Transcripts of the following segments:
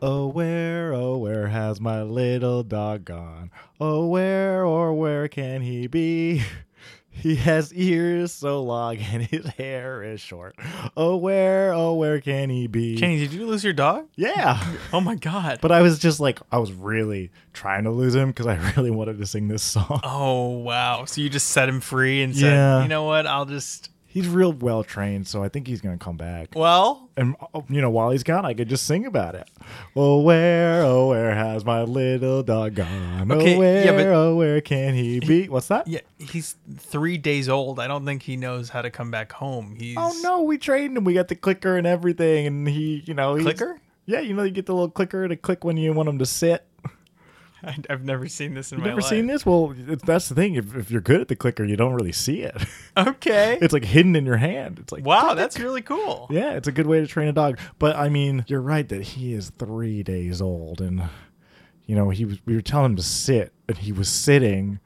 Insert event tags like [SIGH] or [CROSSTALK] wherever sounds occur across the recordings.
Oh, well doggone. Oh, where or where can he be? [LAUGHS] He has ears so long [LAUGHS] and his hair is short. Oh, where, oh, where can he be? Kenny, did you lose your dog? yeah. Oh my god. But I was just like, I was really trying to lose him because I [LAUGHS] really wanted to sing this song. oh wow. So you just set him free and said, Yeah. you know what? I'll just He's real well trained, so I think he's going to come back. well. And, oh, you know, while he's gone, I could just sing about it. Oh, where, oh, where has my little dog gone? Okay, oh, yeah, where, but- oh, where can he be? What's that? Yeah, he's three days old. I don't think he knows how to come back home. He's Oh no, we trained him. We got the clicker and everything, and he, you know, he's, clicker. Yeah, you know, you get the little clicker to click when you want him to sit. I, [LAUGHS] I've never seen this in You my never life. seen this? Well, it- that's the thing. If, if you're good at the clicker, you don't really see it. [LAUGHS] Okay. it's like hidden in your hand. It's like wow, that's really cool. yeah, it's a good way to train a dog. But I mean, you're right that he is three days old, and you know, he was. We were telling him to sit, and he was sitting,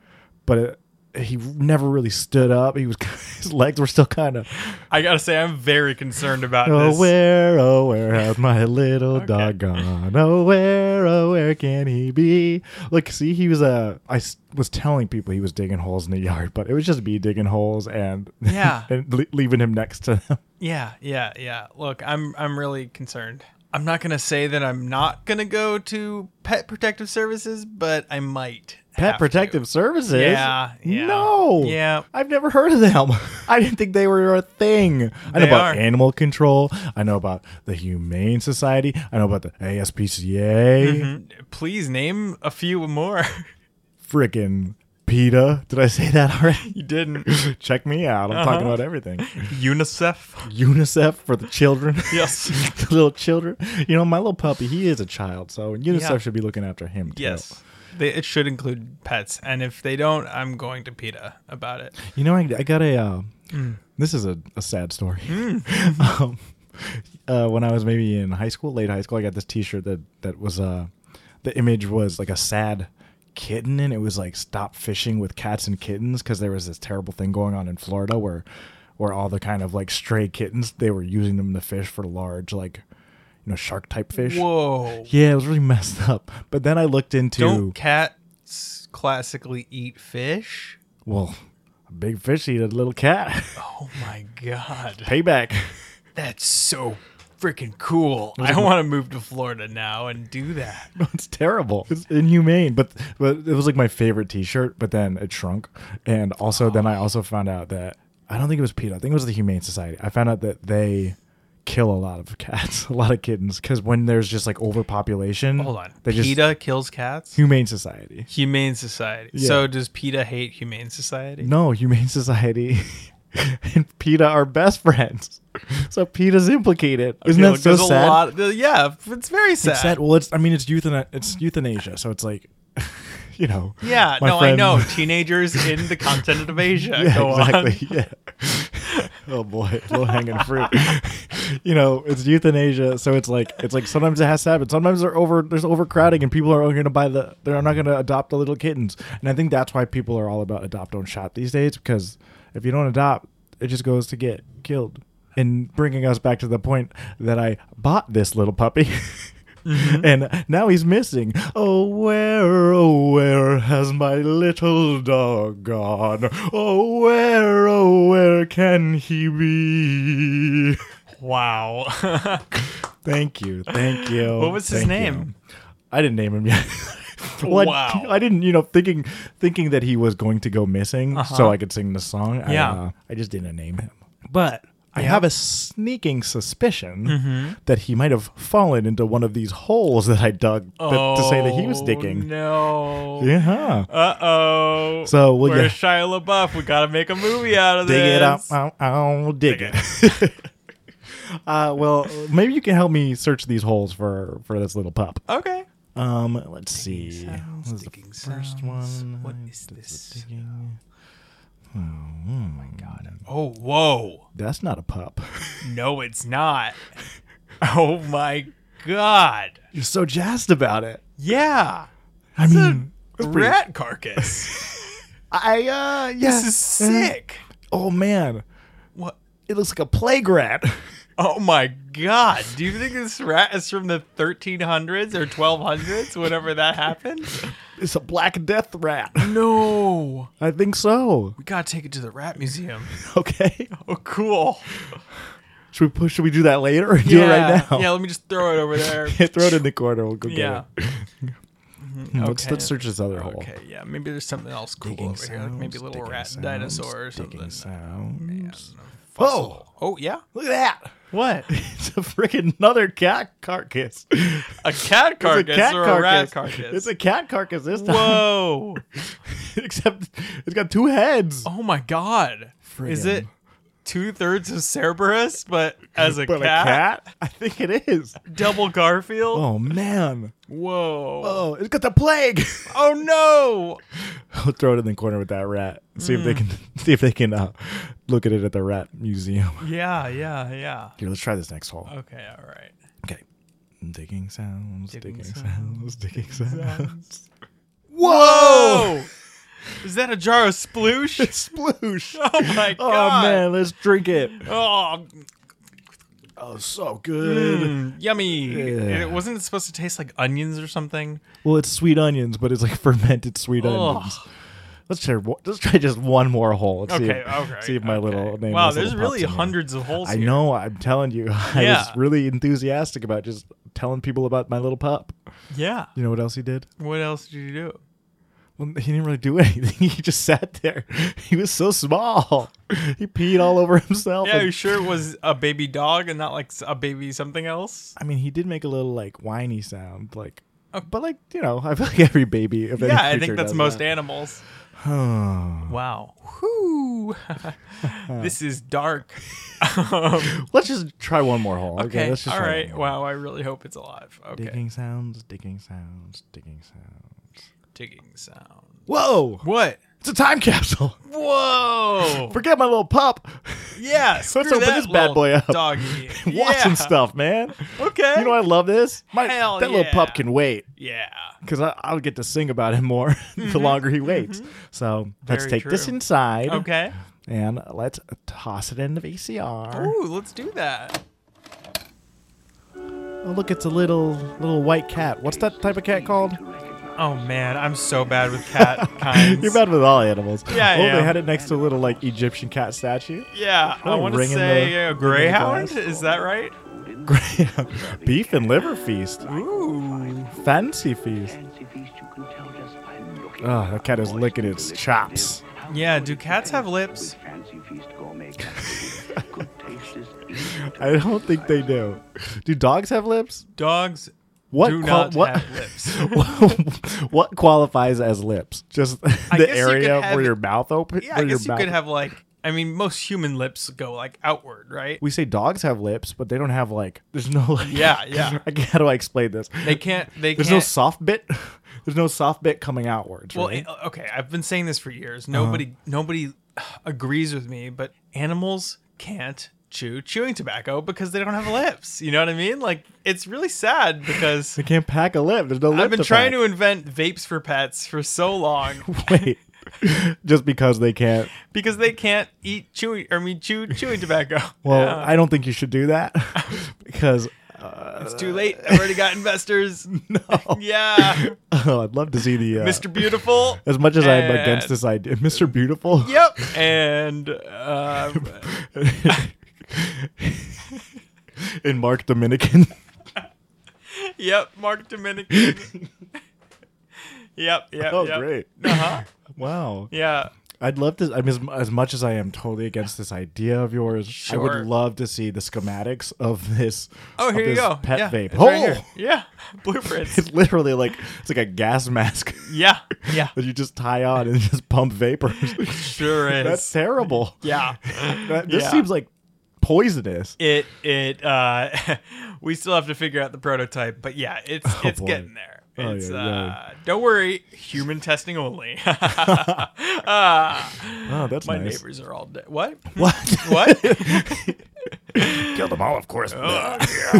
but. It, he never really stood up. He was [LAUGHS] his legs were still kind of I gotta say, I'm very concerned about Oh this. where, oh where has my little Okay. dog gone? Oh where, oh where can he be? Look, see, he was uh, I s- was telling people he was digging holes in the yard, but it was just me digging holes and Yeah. [LAUGHS] and le- leaving him next to them. Yeah, yeah, yeah. Look, I'm I'm really concerned. I'm not gonna say that I'm not gonna go to Pet Protective Services, but I might. have Pet to. Protective Services. Yeah, yeah. No. Yeah. I've never heard of them. [LAUGHS] I didn't think they were a thing. I know They about are. animal control. I know about the Humane Society. I know about the ASPCA. Mm-hmm. Please name a few more. [LAUGHS] Frickin' PETA. Did I say that [LAUGHS] already? you didn't. [LAUGHS] Uh-huh. Check me out. I'm talking about everything. UNICEF. UNICEF for the [LAUGHS] children. Yes. [LAUGHS] the little children. You know, my little puppy, he is a child, so UNICEF Yeah. should be looking after him too. Yes. They, it should include pets, and if they don't, I'm going to PETA about it. You know, I, I got a. Uh, This is a, a sad story. [LAUGHS] um, uh, when I was maybe in high school, late high school, I got this T-shirt that that was uh, the image was like a sad kitten, and it was like stop fishing with cats and kittens because there was this terrible thing going on in Florida where where all the kind of like stray kittens they were using them to fish for large like you know shark type fish. Whoa! Yeah, it was really [LAUGHS] messed up. But then I looked into Don't cats classically eat fish? well, a big fish eat a little cat. [LAUGHS] Oh my god. Payback. That's so freaking cool. I want to move to Florida now and do that. [LAUGHS] it's terrible. It's inhumane. But but it was like my favorite T-shirt. But then it shrunk, and also then I also found out that I don't think it was PETA. I think it was the Humane Society. I found out that they kill a lot of [LAUGHS] cats, a lot of kittens, because when there's just like overpopulation, Hold on. they just PETA kills cats? Humane Society. Humane Society. Yeah. So does PETA hate Humane Society? No, Humane Society [LAUGHS] and PETA are best friends. So PETA's implicated. Isn't You know, that so there's a sad? lot- th- yeah, it's very sad. It's sad. Well, it's I mean it's euthana- it's euthanasia, so it's like [LAUGHS] you know. Yeah, my no, I friend- know. Teenagers in [LAUGHS] the continent of Asia. yeah, Go exactly. [LAUGHS] Yeah. Oh boy, low hanging fruit. you know, it's euthanasia, so it's like it's like sometimes it has to happen. Sometimes they're over there's overcrowding and people are only gonna buy the they're not gonna adopt the little kittens. And I think that's why people are all about adopt don't shop these days, because if you don't adopt, it just goes to get killed. And bringing us back to the point that I bought this little puppy. [LAUGHS] Mm-hmm. And now he's missing. Oh, where, oh, where has my little dog gone? Oh, where, oh, where can he be? on. [LAUGHS] Wow. Thank you, thank you. What was his thank name? you. I didn't name him yet. [LAUGHS] Well, I- Wow. I, didn't, you know, thinking thinking that he was going to go missing so I could sing the song. I, Uh-huh. Yeah. uh, I just didn't name him. But I Yeah. Mm-hmm. have a sneaking suspicion that he might have fallen into one of these holes that I dug that, to say that he was Oh, digging. Uh-huh. No. Yeah. Uh oh. So, well, Where's yeah. Shia LaBeouf? We gotta make a movie out of Dig this. it up. I'll, I'll dig, Dig it. [LAUGHS] uh, well, maybe you can help me search these holes for for this little pup. Okay. Um, let's see. What was the digging first sounds. one? What I is did the this? digging. Oh, my god. Oh, whoa. That's not a pup. [LAUGHS] No, it's not. Oh my god. You're so jazzed about it. Yeah. I mean, that's pretty- Rat carcass. I uh yeah. [LAUGHS] this is sick. Oh man, What? it looks like a plague rat. [LAUGHS] Oh my God! Do you think this rat is from the 1300s or 1200s? Whenever that happened? It's a Black Death [LAUGHS] rat. No, I think so. we gotta take it to the rat museum. Okay. Oh, cool. Should we push? Should we do that later or do it right now? [LAUGHS] Yeah, let me just throw it over there. Throw it in the corner. We'll go get yeah. Mm-hmm. it. [LAUGHS] Hmm, Let's, okay. let's search this other hole. Okay. Yeah. Maybe there's something else cool over here. Like maybe a little digging rat sounds, dinosaur or digging something. sounds. Fossil. Oh yeah. Look at that. [LAUGHS] [LAUGHS] What? It's a freaking another cat carcass. [LAUGHS] It's A cat a carcass cat or carcass. a rat carcass? It's a cat carcass this time. [LAUGHS] Whoa! Except it's got two heads. Oh my god! Is Friggin'. it two thirds of Cerberus, but as a, [LAUGHS] but cat? a cat? I think it is. Double Garfield? Oh man. Whoa! Oh, it's got the plague. [LAUGHS] Oh no! I'll throw it in the corner with that rat. See if they Mm. can [LAUGHS] see if they can uh, look at it at the rat museum. Yeah, yeah, yeah. Here, let's try this next hole. Okay, all right. Okay. Digging sounds, digging, Digging sounds, digging sounds. Whoa! Is that a jar [LAUGHS] of sploosh? [LAUGHS] Sploosh. [LAUGHS] Oh my [LAUGHS] Oh god! man, let's drink it. Oh, Oh, so good. mm, yummy! Yeah. It wasn't it supposed to taste like onions or something. Oh, Well, it's sweet onions, but it's like fermented sweet Ugh. onions. Let's try. one- Let's try just one more hole. Let's see Okay, if, okay. See if my okay. little name. Wow, has there's little pups really in here. hundreds of holes. I here. know. I'm telling you. [LAUGHS] I Yeah. was really enthusiastic about just telling people about my little pup. Yeah. You know what else he did? What else did you do? Well, he didn't really do [LAUGHS] anything. He just sat there. [LAUGHS] He was so small. [LAUGHS] He peed all over himself. Yeah, and- you sure it was a baby dog and not like s- a baby something else? I mean, he did make a little like whiny sound, like. Oh. But like you know, I feel like every baby of any Yeah, I creature think that's does most that. animals. Huh. Wow. [LAUGHS] Whoo. this is [LAUGHS] dark. um, [SIGHS] let's just try one more hole. Okay, okay. let's just All try one right. more. Wow. I really hope it's alive. Okay. Digging, Digging sounds, digging sounds, digging sounds. sound. Whoa! What? It's a time capsule. Whoa. [LAUGHS] Forget my little pup. [LAUGHS] yeah. Screw open that this bad little boy up. Doggy. [LAUGHS] Watch yeah. some stuff, man. Okay. You know I love this. My, Hell that little pup yeah. can wait yeah. because I'll get to sing about him more [LAUGHS] the longer he waits. So let's Mm-hmm. Very take this true. inside [GASPS] Okay. and let's toss it in the VCR. Ooh, let's do that. Oh, look, it's a little little white cat. What's that type of cat called? Oh man, I'm so bad with cat [LAUGHS] kinds. You're bad with all animals. Yeah, I Oh, they am. had it next to a little like Egyptian cat statue. [LAUGHS] Yeah, I Oh, want to ring in say the- ring in uh, the greyhound. glass. Is that right? Great. Beef and liver feast. Ooh. Fancy feast. Oh, that cat is licking its chops. Yeah. Do cats have lips? [LAUGHS] I don't think they do. Do dogs have lips? [LAUGHS] Dogs What do qual- not what- have lips. [LAUGHS] [LAUGHS] what qualifies as lips? Just [LAUGHS] the guess you could area have- where your mouth open. Yeah, I where your guess you mouth- could have like. I mean, most human lips go like outward, right? We say dogs have lips, but they don't have like. There's no like. Yeah, yeah. [LAUGHS] I, how do I explain this? They can't. They There's can't. no soft bit. [LAUGHS] There's no soft bit coming outwards. well, right? Uh-huh. eh, okay. I've been saying this for years. Nobody, nobody [SIGHS] agrees with me, but animals can't chew chewing tobacco because they don't have lips. You know what I mean? Like, it's really sad because [LAUGHS] they can't pack a lip. There's no lip. I've been to trying pack. to invent vapes for pets for so [LAUGHS] long. Wait, just because they can't. because they can't eat chewy or I mean chew chewing tobacco. [LAUGHS] Well, Yeah. I don't think you should do [LAUGHS] that because uh, it's too late. I've already got [LAUGHS] investors. no. yeah. oh, [LAUGHS] I'd love to see the uh, Mr. Beautiful. As much as I'm against and- this idea, [LAUGHS] Mr. Beautiful. [LAUGHS] [LAUGHS] Yep. And um, and Mark Dominican. [LAUGHS] [LAUGHS] yep, Mark Dominican. yep, yep. oh, yep. great! Uh-huh. Wow. Yeah. I'd love to. I mean, as, as much as I am totally against this idea of yours, I Sure. would love to see the schematics of this. Oh, of here you this go. Pet yeah. vape. it's oh, right here. yeah. [LAUGHS] Blueprints. it's literally like it's like a gas mask [LAUGHS] yeah. Yeah. that you just tie on and [LAUGHS] just pump [LAUGHS] vapors. Sure is. That's terrible. [LAUGHS] yeah. That- this Yeah. seems like poisonous. It it uh [LAUGHS] we still have to figure out the prototype, but yeah, it's it's boy. getting there. Oh, It's yeah, uh don't worry, human testing only. [LAUGHS] Ah, Oh, that's my nice. neighbors are all dead. What? What? [LAUGHS] What? [LAUGHS] Kill them all, of course. [LAUGHS]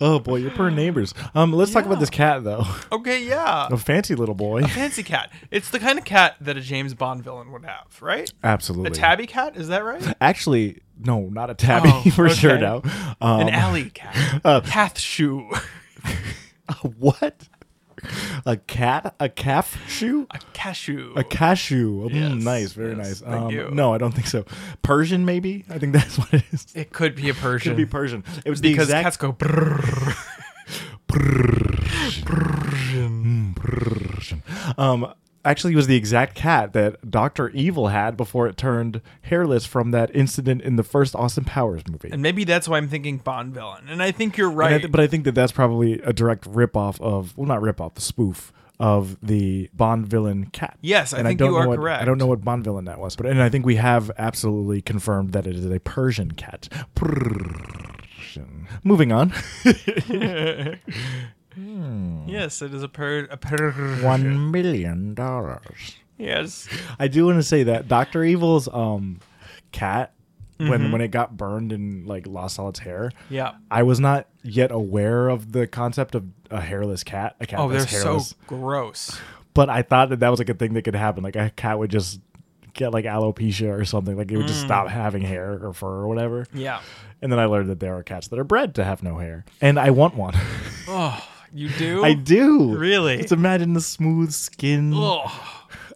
oh boy, you're poor neighbors. Um, let's talk about Yeah. this cat though. okay, yeah. A fancy little boy. Fancy cat. It's the kind of cat that a James Bond villain would have, right? A Absolutely. tabby cat, is that right? Actually, No, not a tabby Oh, [LAUGHS] for sure. okay. Now, um, An alley cat. [LAUGHS] Uh, Cath shoe. Um, [LAUGHS] what? A cat? A calf shoe? A cashew. A cashew? Mm, Yes, nice, very nice. yes, thank um, you. No, I don't think so. Persian, maybe. I think that's [LAUGHS] what it is. it could be a [LAUGHS] Persian. Could be Persian. It was because the exact cats go brrr. Um, actually, it was the exact cat that Doctor Evil had before it turned hairless from that incident in the first Austin Powers movie. And maybe that's why I'm thinking Bond villain. And I think you're And I right. th- but I think that that's probably a direct ripoff of, well, not ripoff, the spoof of the Bond villain cat. Yes, I and think I don't you know are what, correct. I don't know what Bond villain that was, but and I think we have absolutely confirmed that it is a Persian cat. Persian. Moving on. [LAUGHS] yes, it is a per a per One million dollars. Yes. I do want to say that Doctor Evil's um cat when when it got burned and like lost all its hair. Mm-hmm. Yeah. I was not yet aware of the concept of a hairless cat. A cat Oh, they're that's so hairless. gross. But I thought that that was like a thing that could happen. Like a cat would just get like alopecia or something. Like it would just stop having hair or fur or whatever. Mm. Yeah. And then I learned that there are cats that are bred to have no hair, and I want one. [LAUGHS] Oh, you do? I do. Really? Just imagine the smooth skin. Oh,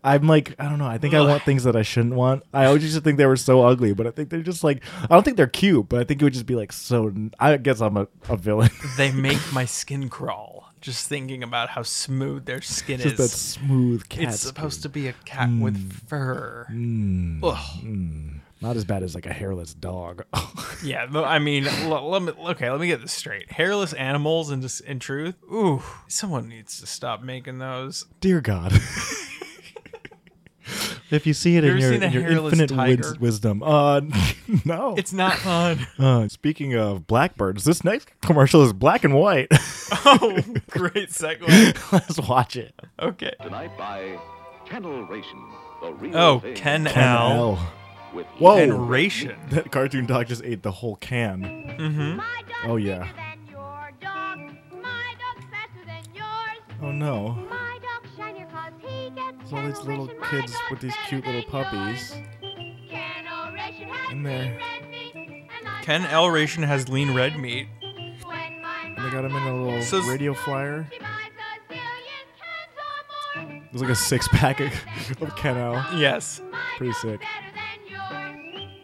I'm like, I don't know. I think I want things that I shouldn't want. I always used to think they were so ugly, but I think they're just like, I don't think they're cute, but I think it would just be like so. I guess I'm a, a villain. [LAUGHS] they make my skin crawl just thinking about how smooth their skin just that is. smooth cat. it's supposed to be a cat Mm. with fur. Ugh. Not as bad as like a hairless dog. [LAUGHS] Yeah, no, I mean, l- let me okay, let me get this straight. Hairless animals and just in truth. Ooh, someone needs to stop making those. Dear God. [LAUGHS] if you see it ever in your, seen a in your hairless infinite tiger? wis- wisdom. Uh, [LAUGHS] no. [LAUGHS] It's not fun. uh, speaking of blackbirds, this next commercial is black and white. [LAUGHS] oh, great segue. Let's watch it. Okay. Tonight by Kennel Ration, the real Oh, thing Ken, Ken Al L. Oh. with Whoa. Ken and Ration. That cartoon dog just ate the whole can. Mm-hmm. My dog's Oh, yeah. bigger than your dog. My dog's faster than yours. Oh no. My dog's shinier 'cause he gets It's all these little kennel ration. My kids dog's with these better cute little than puppies. yours. Kennel ration has And they're- lean red meat, and I Ken love L Ration has lean red meat. when my And they got them in a little So s- radio flyer. she buys a zillion cans or more. It was like a six pack of, [LAUGHS] of Ken L. Yes. My Pretty dog's sick. better than yours.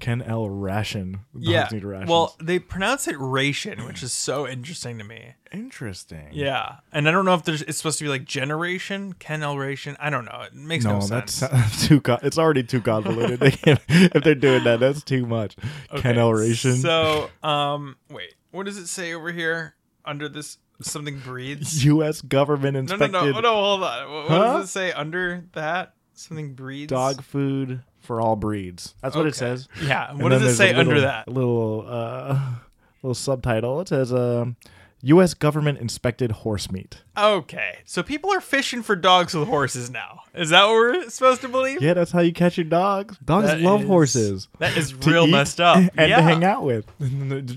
Ken L ration. Dogs Yeah. need rations. Well, they pronounce it ration, which is so interesting to me. interesting. Yeah. And I don't know if there's it's supposed to be like generation, Ken L Ration. I don't know. It makes no, No, [LAUGHS] sense. that's too. Co- it's already too convoluted. [LAUGHS] They can't- if they're doing that, that's too much. Ken L ration. So, um, wait, what does it say over here under this? Something breeds? U.S. government No, inspected no, no, no, hold on. What, what Huh? does it say under that? Something breeds? dog food for all breeds. That's what it Okay. says. Yeah. And What then does it there's say a little- under that? a Little uh, [LAUGHS] little subtitle. It says, um, "U.S. government inspected horse meat." Okay. So people are fishing for dogs with horses now. Is that what we're supposed to believe? Yeah, that's how you catch your dogs. Dogs That love is- horses. That is to real eat messed up. [LAUGHS] and yeah. to hang out with.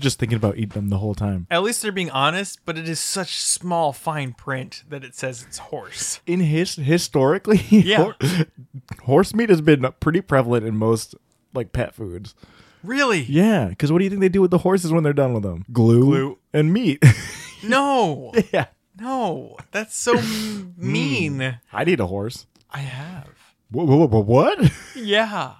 [LAUGHS] Just thinking about eating them the whole time. At least they're being honest, but it is such small fine print that it says it's horse. In his historically, [LAUGHS] Yeah. hor- horse meat has been pretty prevalent in most like pet foods. Really? Yeah, because what do you think they do with the horses when they're done with them? Glue, Glue. and meat. [LAUGHS] No. yeah, No. That's [LAUGHS] so m- Hmm. mean. I'd eat a horse. I have. What? what, what? [LAUGHS] Yeah.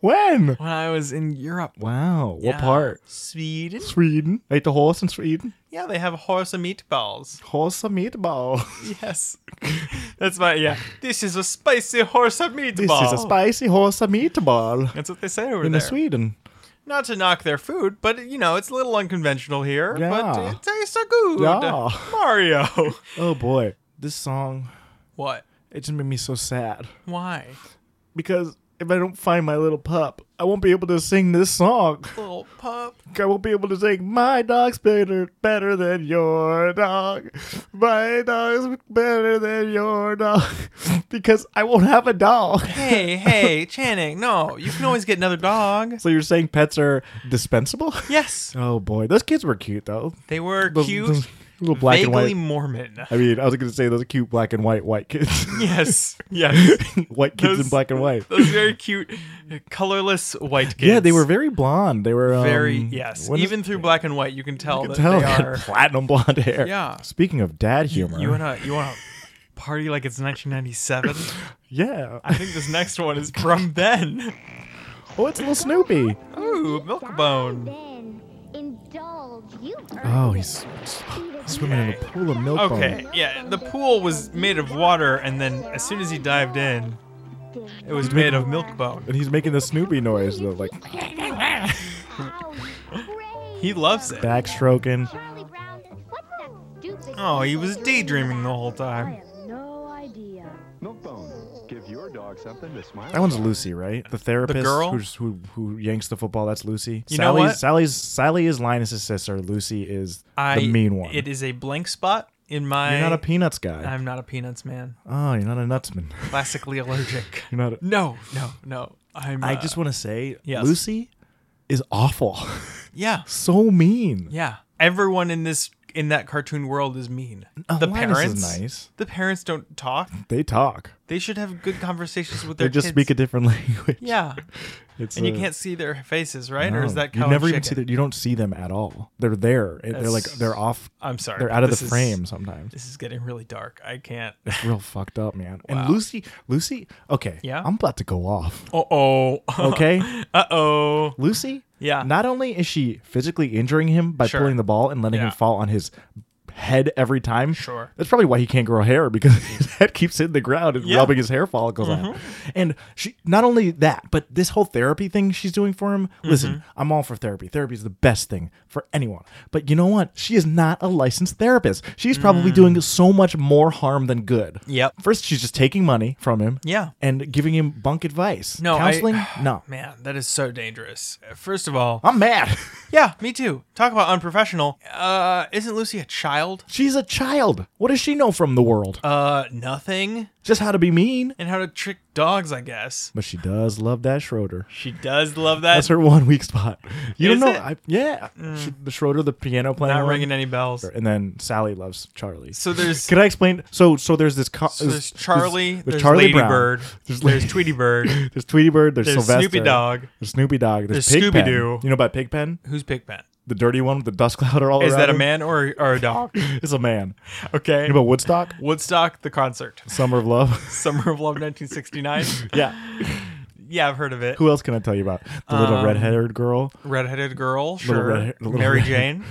when? When I was in Europe. Wow, Yeah. what part? Sweden. Sweden. I ate the horse in Sweden. Yeah, they have horse and meatballs. Horse and meatball. [LAUGHS] Yes. [LAUGHS] That's my, yeah. This is a spicy horse and meatball. This is a spicy horse and meatball That's what they say over in there. Sweden. Not to knock their food, but, you know, it's a little unconventional here. Yeah. But it tastes so good. Yeah. Mario. [LAUGHS] Oh boy, this song what? it just made me so sad Why? because if I don't find my little pup, I won't be able to sing this song. Little pup. I won't be able to sing "My dog's better, better than your dog." My dog's better than your dog [LAUGHS] because I won't have a dog. [LAUGHS] Hey, hey, Channing, no. You can always get another dog. So you're saying pets are dispensable? Yes. Oh boy, those kids were cute though. They were Those- cute. those- little black and vaguely white. Mormon. I mean, I was gonna say those cute black and white white [LAUGHS] kids, yes, yes. [LAUGHS] white kids Those- in black and white. Those very cute, colorless white kids. Yeah, they were very blonde. They were um, very yes. what is- Even through black and white, you can tell you can that tell they they had [LAUGHS] are. platinum blonde hair. Yeah. Speaking of dad humor, You wanna you wanna party like it's 1997? yeah. I think this next one is from then. Oh, it's little Snoopy. Ooh, Milkbone. Then indulge. You Oh, earned he's it. Eat it swimming in a pool of milk. Okay, yeah. The pool was made of water, and then as soon as he dived in, it was made of [LAUGHS] Milkbone. And he's making the Snoopy noise, though, like now. Brave [LAUGHS] He loves it. backstroking. Charlie Brown, what's that stupid Oh, he was thing daydreaming the whole I time. have no idea. Milkbone, give your dog something to smile. That one's Lucy, right? The therapist girl? who's, who who yanks the football. That's Lucy. You know Sally's, what? Sally's Sally is Linus's sister. Lucy is I the mean one. It is a blank spot in my. you're not a peanuts guy. I'm not a peanuts man. oh, you're not a nutsman. Classically allergic. [LAUGHS] You're not. A, No, no, no. I'm. I [LAUGHS] uh, just want to say, yes. Lucy is awful. Yeah, so mean. yeah. Everyone in this in that cartoon world is mean. Uh, the Linus is parents, nice. The parents don't talk. They talk. They should have good conversations with They their. just kids. speak a different [LAUGHS] language. Yeah, It's and you uh, can't see their faces, right? or no, is that you cow never and even see chicken? that? You don't see them at all. They're there. It- They're like That's- they're off. I'm sorry. They're but out of this the is- frame sometimes. This is getting really dark. I [LAUGHS] can't. It's real fucked up, man. Wow. And Lucy, Lucy, okay, Yeah? I'm about to go off. Uh oh. [LAUGHS] Okay, uh oh. Lucy. Yeah. Not only is she physically injuring him by Sure. pulling the ball and letting Yeah. him fall on his head every time. Sure. That's probably why he can't grow hair because [LAUGHS] his head keeps hitting the ground and Yeah. Mm-hmm. rubbing his hair follicles on. And she not only that, but this whole therapy thing she's doing for him. Listen, Mm-hmm. I'm all for therapy. Therapy is the best thing for anyone. But you know what? She is not a licensed therapist. She's probably doing so much more harm than good. Mm. Yep. First, she's just taking money from him. Yeah. And giving him bunk advice. No, I- [SIGHS] counseling. no. Man, that is so dangerous. First of all, I'm mad. [LAUGHS] yeah, me too. Talk about unprofessional. Uh, isn't Lucy a child? She's a child. What does she know from the world? Uh, nothing. Just how to be mean. And how to trick dogs, I guess. But she does love that [LAUGHS] Schroeder. She does love that. That's her one weak spot. You Is don't know. it? Mm. I, yeah. She- the Schroeder, the piano playing. Not one. ringing any bells. And then Sally loves Charlie. So there's Can I explain? So so there's this. Co- so there's Charlie, There's, there's, Charlie Lady Brown, Bird, [LAUGHS] There's, there's, Lady- Tweety Bird. [LAUGHS] There's Tweety Bird. There's, There's Sylvester. Snoopy Dog. There's Snoopy Dog. There's, There's Pigpen. Scooby-Doo. You know about Pigpen? Who's Pigpen? The dirty one with the dust cloud all Is around. that a him? man or, or [LAUGHS] a dog? It's a man. Okay. You know about Woodstock? Woodstock, the concert. [LAUGHS] Summer of Love. Summer of Love 1969. yeah. yeah, I've heard of it. Who else can I tell you about? The little Um, red-headed girl. Redheaded girl, sure. red- little Mary red- Jane.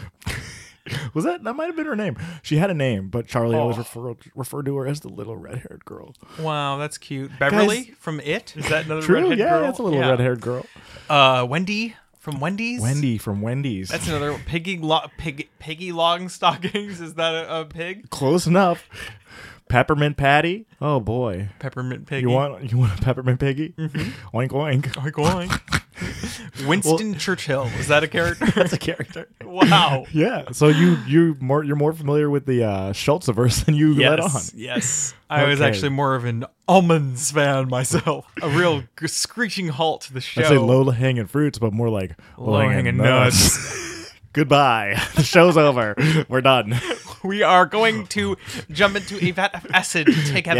Was that that might have been her name? She had a name, but Charlie always Oh. referred referred to her as the little red-haired girl. Wow, that's cute. Beverly from It. Is that another True, redhead yeah, girl? that's a little Yeah. red-haired girl. Uh, Wendy from Wendy's. Wendy from Wendy's. That's another one. Piggy lo- pig Piggy Longstockings. Is that a, a pig? close enough. Peppermint Patty. Oh boy, Peppermint Piggy. you want you want a peppermint piggy? Mm-hmm. Oink oink. Oink, [LAUGHS] oink. Winston Churchill. Is that a character? That's a character. [LAUGHS] wow. Yeah, so you you more you're more familiar with the uh, Schultziverse than [LAUGHS] you let on. Yes. Yes. I was Okay. actually more of an almonds fan myself. A real g- screeching halt to the show. I say low hanging fruits, but more like Low hanging nuts. Goodbye. [LAUGHS] The show's over. We're done. [LAUGHS] We are going to jump into a vat of acid together.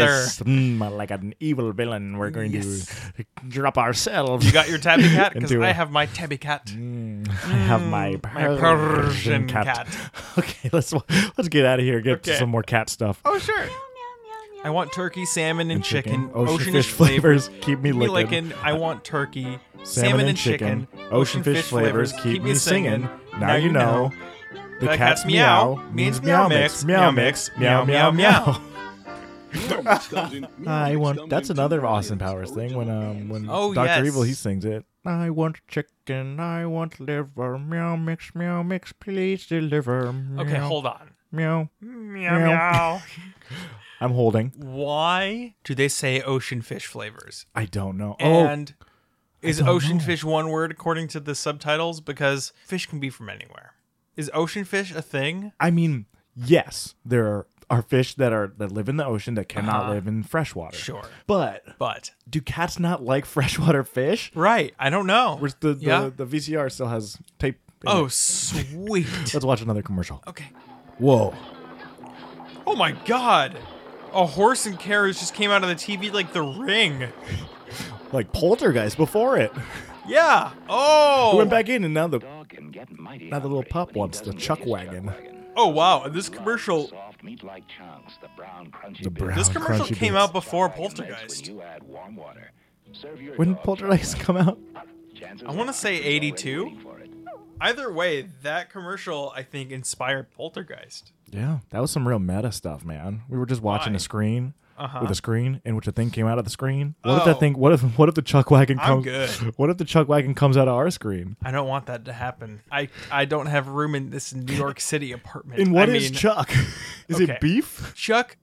[LAUGHS] Yes, mm, like an evil villain, we're going Yes. to drop ourselves. You got your tabby cat? Because Into I a- have my tabby cat. I have Mm, my Persian, Persian cat. cat. [LAUGHS] Okay, let's let's get out of here. Get to Okay. some more cat stuff. Oh, sure. Meow, meow, I meow, want meow, turkey, meow. salmon, and chicken. Ocean, Oceanish fish flavors, [LAUGHS] keep me Keep me licking. licking. I want turkey, salmon, and chicken. Ocean fish flavors, keep me singing. Now you know. The That cat's meow means meow mix, meow mix, meow meow meow. [LAUGHS] I want. Ah, That's another Austin Powers thing. When um when Oh, Doctor yes. Evil he sings it. I want chicken. I want liver. Meow mix, meow mix. Please deliver. Meow, Okay, hold on. Meow. Meow. Meow, meow. [LAUGHS] I'm holding. Why do they say ocean fish flavors? I don't know. oh, And is don't ocean know. fish one word according to the subtitles? Because fish can be from anywhere. Is ocean fish a thing? I mean, yes, there are, are fish that are that live in the ocean that cannot Uh-huh. live in freshwater. Sure. But But do cats not like [LAUGHS] freshwater fish? right, I don't know. Where's the the, Yeah. the VCR still has tape. in oh, it. sweet. [LAUGHS] let's watch another commercial. okay. Whoa, Oh my god! A horse and carriage just came out of the TV like the ring. Like Poltergeist before it. Yeah. Oh. We went back in and now the Dog can get mighty Now the little hungry pup when he wants the doesn't get chuck his wagon. Oh wow. This Large, commercial. soft meat-like chunks, the brown, crunchy The bits. brown This commercial crunchy came bits. out before Fry and mix Poltergeist. When you add warm water. Serve your when dog Poltergeist come out? chocolate. Chances I wanna are say he's already 82. waiting for it. Either way, that commercial I think inspired Poltergeist. Yeah, that was some real meta stuff, man. We were just watching Why? a screen Uh-huh. with a screen in which a thing came out of the screen. What if Oh. that thing? What if? What if the chuck wagon I'm comes? good. [LAUGHS] What if the chuck wagon comes out of our screen? I don't want that to happen. I I don't have room in this New York City apartment. And what I is mean, Chuck? [LAUGHS] Is okay. it beef? Chuck?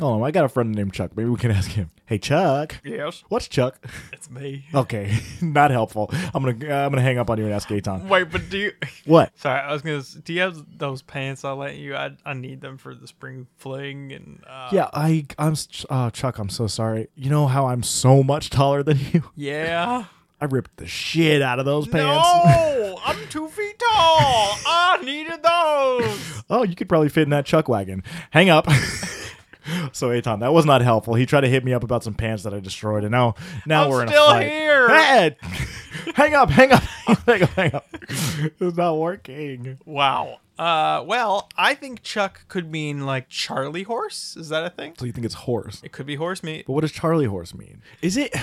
Oh, I got a friend named Chuck. Maybe we can ask him. Hey, Chuck. Yes, What's Chuck? [LAUGHS] it's me. Okay, [LAUGHS] not helpful. I'm gonna I'm gonna hang up on you and ask Gaetan. Wait, but do you? What? Sorry, I was gonna. s- Do you have those pants I lent you? I I need them for the spring fling and. Uh, Yeah, I I'm s- uh, Chuck. I'm so sorry. You know how I'm so much [LAUGHS] taller than you. [LAUGHS] Yeah. I ripped the shit out of those pants. [LAUGHS] No, I'm two feet tall. I needed those. Oh, you could probably fit in that chuck wagon. Hang up. [LAUGHS] so Aton, that was not helpful. He tried to hit me up about some pants that I destroyed, and now now I'm we're in still a fight. here. Hey! [LAUGHS] hang up, hang up, [LAUGHS] hang up, hang up. It's not working. Wow. Uh, well, I think Chuck could mean like Charlie horse. Is that a thing? So you think it's horse? It could be horse meat. But what does Charlie horse mean? Is it?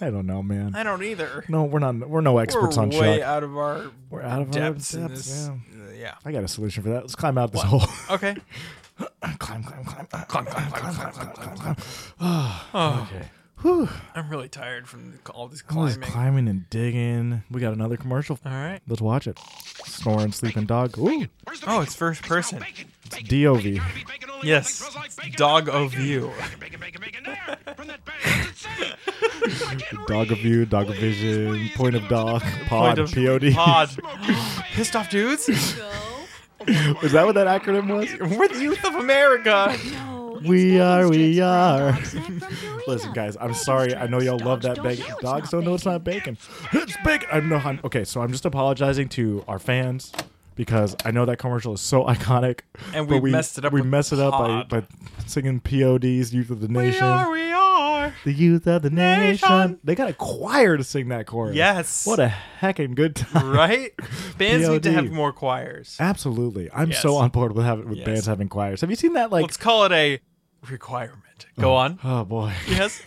I don't know, man. I don't either. No, we're not. We're no We're experts on way chuck. out of our we're out of our depths. in depths, this. Uh, yeah. I got a solution for that. Let's climb out this hole. [LAUGHS] Okay. climb, climb, climb, uh, climb, climb, climb, climb, climb, climb, climb. Oh, Whew. I'm really tired from the- all this All this climbing. climbing and digging. We got another commercial. all right. Let's watch it. Snoring, sleeping dog. Ooh, Where's the Oh, it's first person. bacon? Bacon, DOV. gotta be bacon, only Yes, everything smells bacon. dog Bacon, of you. Bacon, bacon, bacon, bacon. There, from that bag. What's it say? I [LAUGHS] can't Dog of read. view, dog of Please, vision, please, point of give it to the dog, bacon. pod, Point pod. of pod. Smoke bacon. [LAUGHS] Pissed off [LAUGHS] dudes. [LAUGHS] Was that what that acronym was? We're the youth of America. No, it's We bacon are, we strips from are. dog snack [LAUGHS] from Purina. Listen, guys, I'm Bacon sorry. I know strips. y'all love Dogs that don't bacon. know it's Dogs not don't know it's not bacon. bacon. It's bacon. I'm no. I'm, okay, so I'm just apologizing to our fans because I know that commercial is so [LAUGHS] iconic. And but we messed it up We with messed it up by, pod. by singing POD's "Youth of the We Nation." are. We are. The youth of the nation. Nation. They got a choir to sing that chorus. Yes. What a heckin' good [LAUGHS] time. [LAUGHS] Right. Bands need to POD. have more choirs. Absolutely. I'm Yes. so on board with having with Yes. bands having choirs. Have you seen that like Let's call it a requirement. Go on. Oh boy. Yes.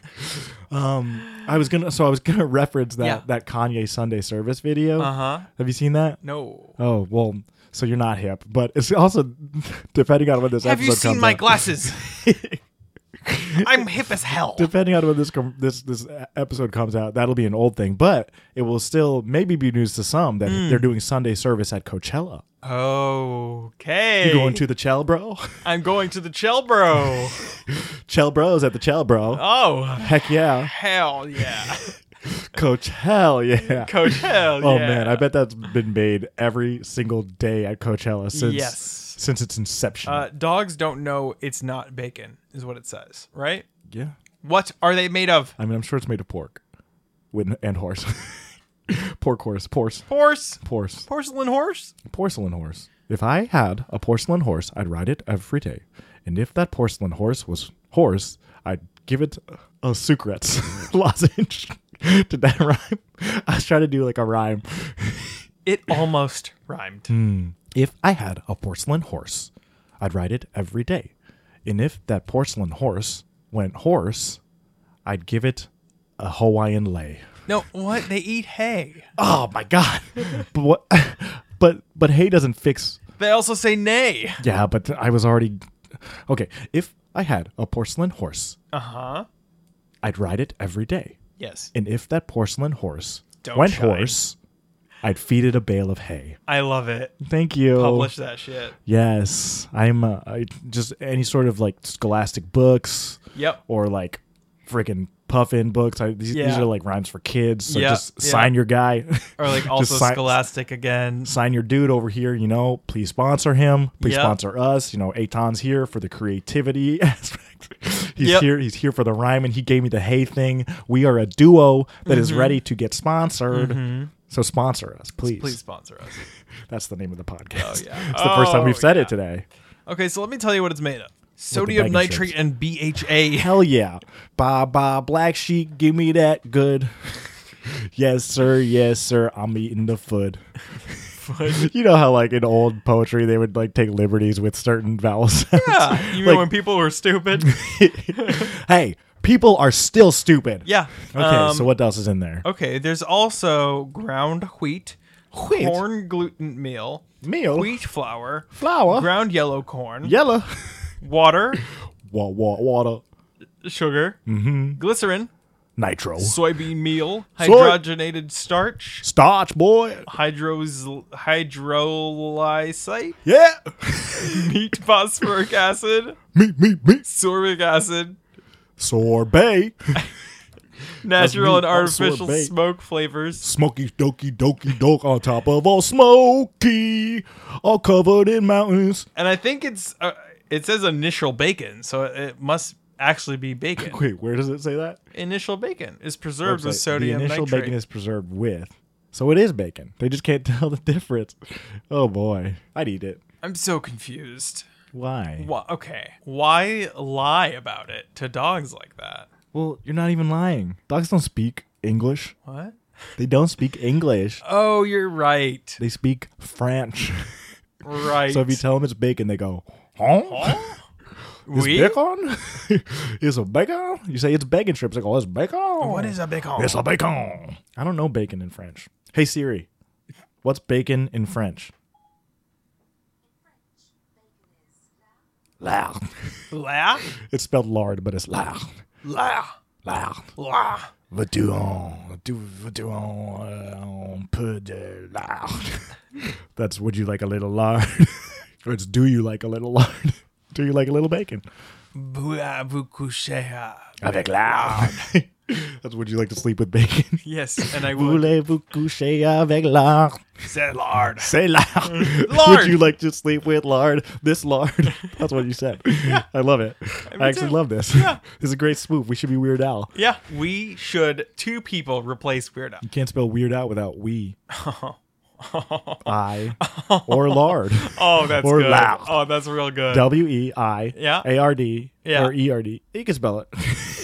Um I was gonna so I was [LAUGHS] gonna reference that Yeah. that Kanye Sunday service video. Uh huh. Have you seen that? No. Oh well so you're not hip, but it's also [LAUGHS] depending on when this Have episode you seen comes my out- glasses? I'm hip as hell. [LAUGHS] Depending on when this com- this this e, episode comes out, that'll be an old thing, but it will still maybe be news to some that Hmm. they're doing Sunday service at Coachella. Okay. You going to the Chell Bro? [LAUGHS] I'm going to the Chelbro. Chell Bros at the Chell Bro. oh, Heck yeah, hell yeah. [LAUGHS] Coach. Hell yeah. Coach, hell Oh yeah. man, I bet that's been made every single day at Coachella since Yes. since its inception. Uh, dogs don't know it's not bacon, is what it says, right? yeah, What are they made of? I mean, I'm sure it's made of pork, with and horse, [LAUGHS] pork horse, horse, Horse? horse, Porcelain horse? porcelain horse. If I had a porcelain horse, I'd ride it every day, and if that porcelain horse was horse, I'd give it a sucrets [LAUGHS] lozenge. Did that rhyme? I was trying to do like a rhyme. It almost rhymed. Hmm. If I had a porcelain horse, I'd ride it every day. And if that porcelain horse went horse, I'd give it a Hawaiian lay. No, what? They eat hay. Oh my [LAUGHS] god. but what [LAUGHS] but but hay doesn't fix They also say nay. Yeah, but I was already Okay, if I had a porcelain horse, Uh huh. I'd ride it every day. Yes. And if that porcelain horse Don't went shine. horse, I'd feed it a bale of hay. I love it. Thank you. Publish that shit. Yes, I'm uh, I, just any sort of like scholastic books. Yep. Or like freaking puffin books. I, these, these Yeah. are like rhymes for kids. So Yeah, just yeah. sign your guy. [LAUGHS] Or like also sign- scholastic again. Sign your dude over here. You know, please sponsor him. Please Yep. sponsor us. You know, Aton's here for the creativity [LAUGHS] aspect. He's Yep. here. He's here for the rhyme, and he gave me the hey thing. We are a duo that is ready to get sponsored. So sponsor us, please. Mm-hmm. Please sponsor us. That's the name of the podcast. yeah. [LAUGHS] it's the first time Oh, we've said yeah. it today. Okay, so let me tell you what it's made of. sodium bagging nitrate strips. [LAUGHS] and [LAUGHS] BHA. Hell yeah. Ba ba black sheep, give me that good. [LAUGHS] yes, sir, yes, sir. I'm eating the [LAUGHS] food. [LAUGHS] you know how like in old poetry they would like take liberties with certain vowel sounds. Yeah, you mean Like- when people [LAUGHS] were stupid? hey, people are still stupid. yeah. Okay, um, so what else is in there? Okay, there's also ground wheat, Wheat? corn gluten meal, Meal? wheat flour, Flour? ground yellow corn, Yellow. [LAUGHS] water, Wa wa water. sugar, glycerin, Nitro. soybean meal, Mm-hmm. Soy- hydrogenated starch, Starch boy. hydros hydrolysate, Yeah. [LAUGHS] [LAUGHS] meat phosphoric acid, Me me me. sorbic acid, Sorbet. [LAUGHS] natural meat, not and artificial sorbet. smoke flavors. Smoky doky doky doke on top of all smoky. All covered in mountains. And I think it's uh, it says initial bacon, so it must actually be bacon. Wait, where does it say that? initial bacon is preserved Website. with sodium The initial nitrate. bacon is preserved with. So it is bacon. They just can't [LAUGHS] tell the difference. Oh boy. I'd eat it. I'm so confused. Why? Why, okay, why lie about it to dogs like that? Well, you're not even lying. Dogs don't speak English. What? They don't speak English. Oh, you're right. They speak French. Right. So if you tell them it's bacon, they go, huh? It's Oui? bacon? [LAUGHS] it's a bacon? You say it's bacon strips. They go, it's bacon. What is a bacon? It's a bacon. I don't know bacon in French. Hey Siri, what's bacon in French? Loud. La, [LAUGHS] It's spelled lard, but it's loud. la, Loud. la. Vadouon. Vadouon. Un peu de lard. [LAUGHS] That's would you like a little lard? [LAUGHS] or it's do you like a little lard? [LAUGHS] do you like a little bacon? Bua vous couchez à- Avec lard. [LAUGHS] That's would you like to sleep with bacon? Yes, and I [LAUGHS] would. Voulez-vous coucher avec lard? C'est lard. Say lard. [LAUGHS] Lard. Would you like to sleep with lard? This lard. [LAUGHS] That's what you said. I love it. I, actually too. love this. [LAUGHS] this is a great spoof. We should be Weird Al. Yeah, we should two people replace Weird Al. You can't spell Weird Out without [LAUGHS] we. I or [LAUGHS] lard. Oh, that's Or good. loud. Oh, that's real good. W E I Yeah. A R D Yeah. or E R D. You can spell it. [LAUGHS]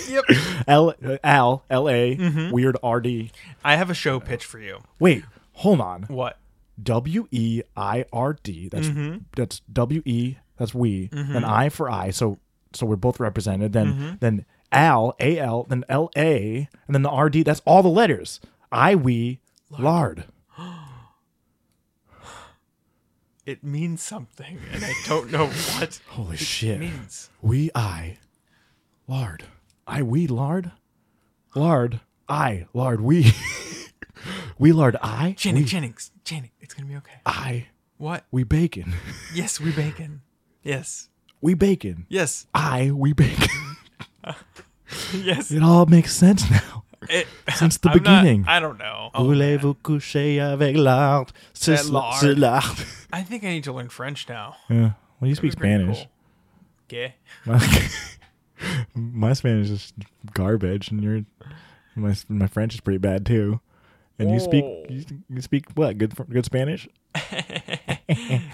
Yep. L uh, Al L A Mm-hmm. Weird R D. I have a show pitch for you. Wait, hold on. What? W E I R D. That's Mm-hmm. that's W E. That's we. And I for I. So so we're both represented. Then Mm-hmm. then Al A L. Then L A. And then the R D. That's all the letters. I we lard. It means something, and I don't [LAUGHS] know what Holy it shit. means. We I lard. I we lard. Lard. I lard. We. [LAUGHS] we lard. I. Channing, we, Jennings, Channing, it's gonna be okay. I. What? We bacon. [LAUGHS] Yes, we bacon. Yes, We bacon. yes, [LAUGHS] I. We bacon. [LAUGHS] yes. it all makes sense now. It- Since the I'm not- beginning. I don't know. Oh, Voulez-vous coucher avec l'art? C'est That lard. c'est l'art. [LAUGHS] I think I need to learn French now. Yeah. Well, you speak That'd be pretty Spanish. cool. [LAUGHS] Okay. my Spanish is garbage, and your my my French is pretty bad too. And you speak Whoa. you, you speak what good fr- good Spanish? [LAUGHS]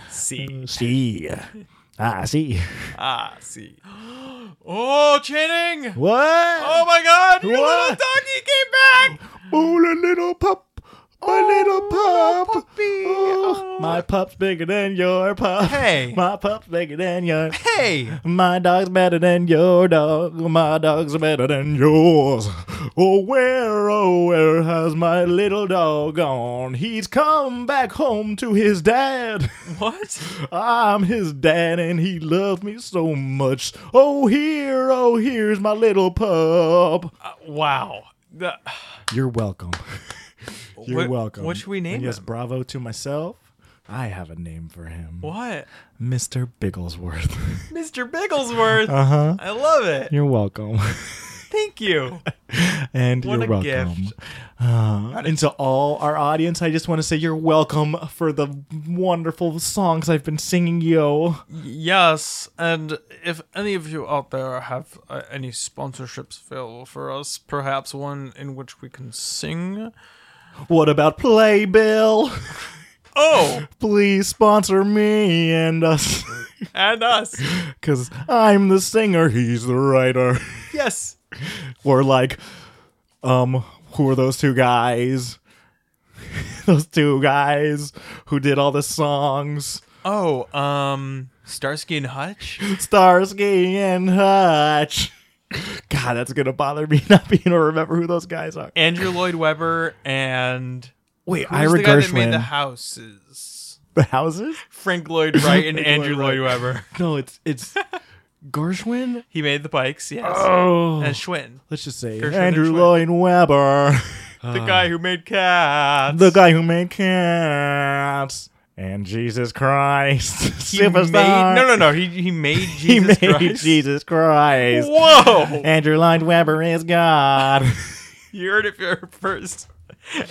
See. See, ah, see Ah, see. Oh, Channing! what? Oh my God! Your What? little doggy [LAUGHS] came back. Oh, the little pup, my little Oh, pup, puppy. Oh, my pup's bigger than your pup. Hey. my pup's bigger than yours. Hey. My dog's better than your dog. My dog's better than yours. Oh, where, oh, where has my little dog gone? He's come back home to his dad. [LAUGHS] What? I'm his dad and he loves me so much. Oh, here, oh, here's my little pup. Uh, wow. The, You're welcome. [LAUGHS] You're What- welcome. what should we name and yes, him? bravo to myself. I have a name for him. what? Mr. Bigglesworth. [LAUGHS] Mr. Bigglesworth. Uh huh. I love it. You're welcome. [LAUGHS] Thank you. And What you're a welcome. gift. Uh, and to all our audience, I just want to say you're welcome for the wonderful songs I've been singing you. Yes, and if any of you out there have uh, any sponsorships available for us, perhaps one in which we can sing. What about Playbill? [LAUGHS] Oh, Please sponsor me and us. [LAUGHS] and us. Because I'm the singer, he's the writer. [LAUGHS] Yes. Or like, um, who are those two guys? [LAUGHS] those two guys who did all the songs. Oh, um, Starsky and Hutch. Starsky and Hutch. [LAUGHS] God, that's gonna bother me [LAUGHS] not being able to remember who those guys are. Andrew Lloyd Webber and Wait, who's Ira the guy that Gershwin. made The, the houses. [LAUGHS] houses? [LAUGHS] Frank Lloyd Wright and Frank Andrew Lloyd Lloyd, Wright. Webber. No, it's [LAUGHS] it's Gershwin. He made the bikes, yes. Oh, And Schwinn, let's just say Gershwin and Andrew Schwinn. Lloyd Webber, [LAUGHS] the guy who made cats. Uh. the guy who made Cats and Jesus Christ, [LAUGHS] he made, superstar. no, no, no. He, he made Jesus [LAUGHS] he made Christ. Jesus Christ. Whoa! Andrew Lloyd Webber is God. [LAUGHS] You heard it here first,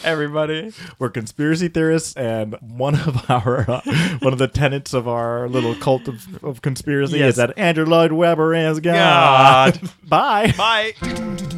everybody. We're conspiracy theorists, and one of our uh, one of the tenets of our little cult of, of conspiracy Yes. is that Andrew Lloyd Webber is God. God. Bye. Bye.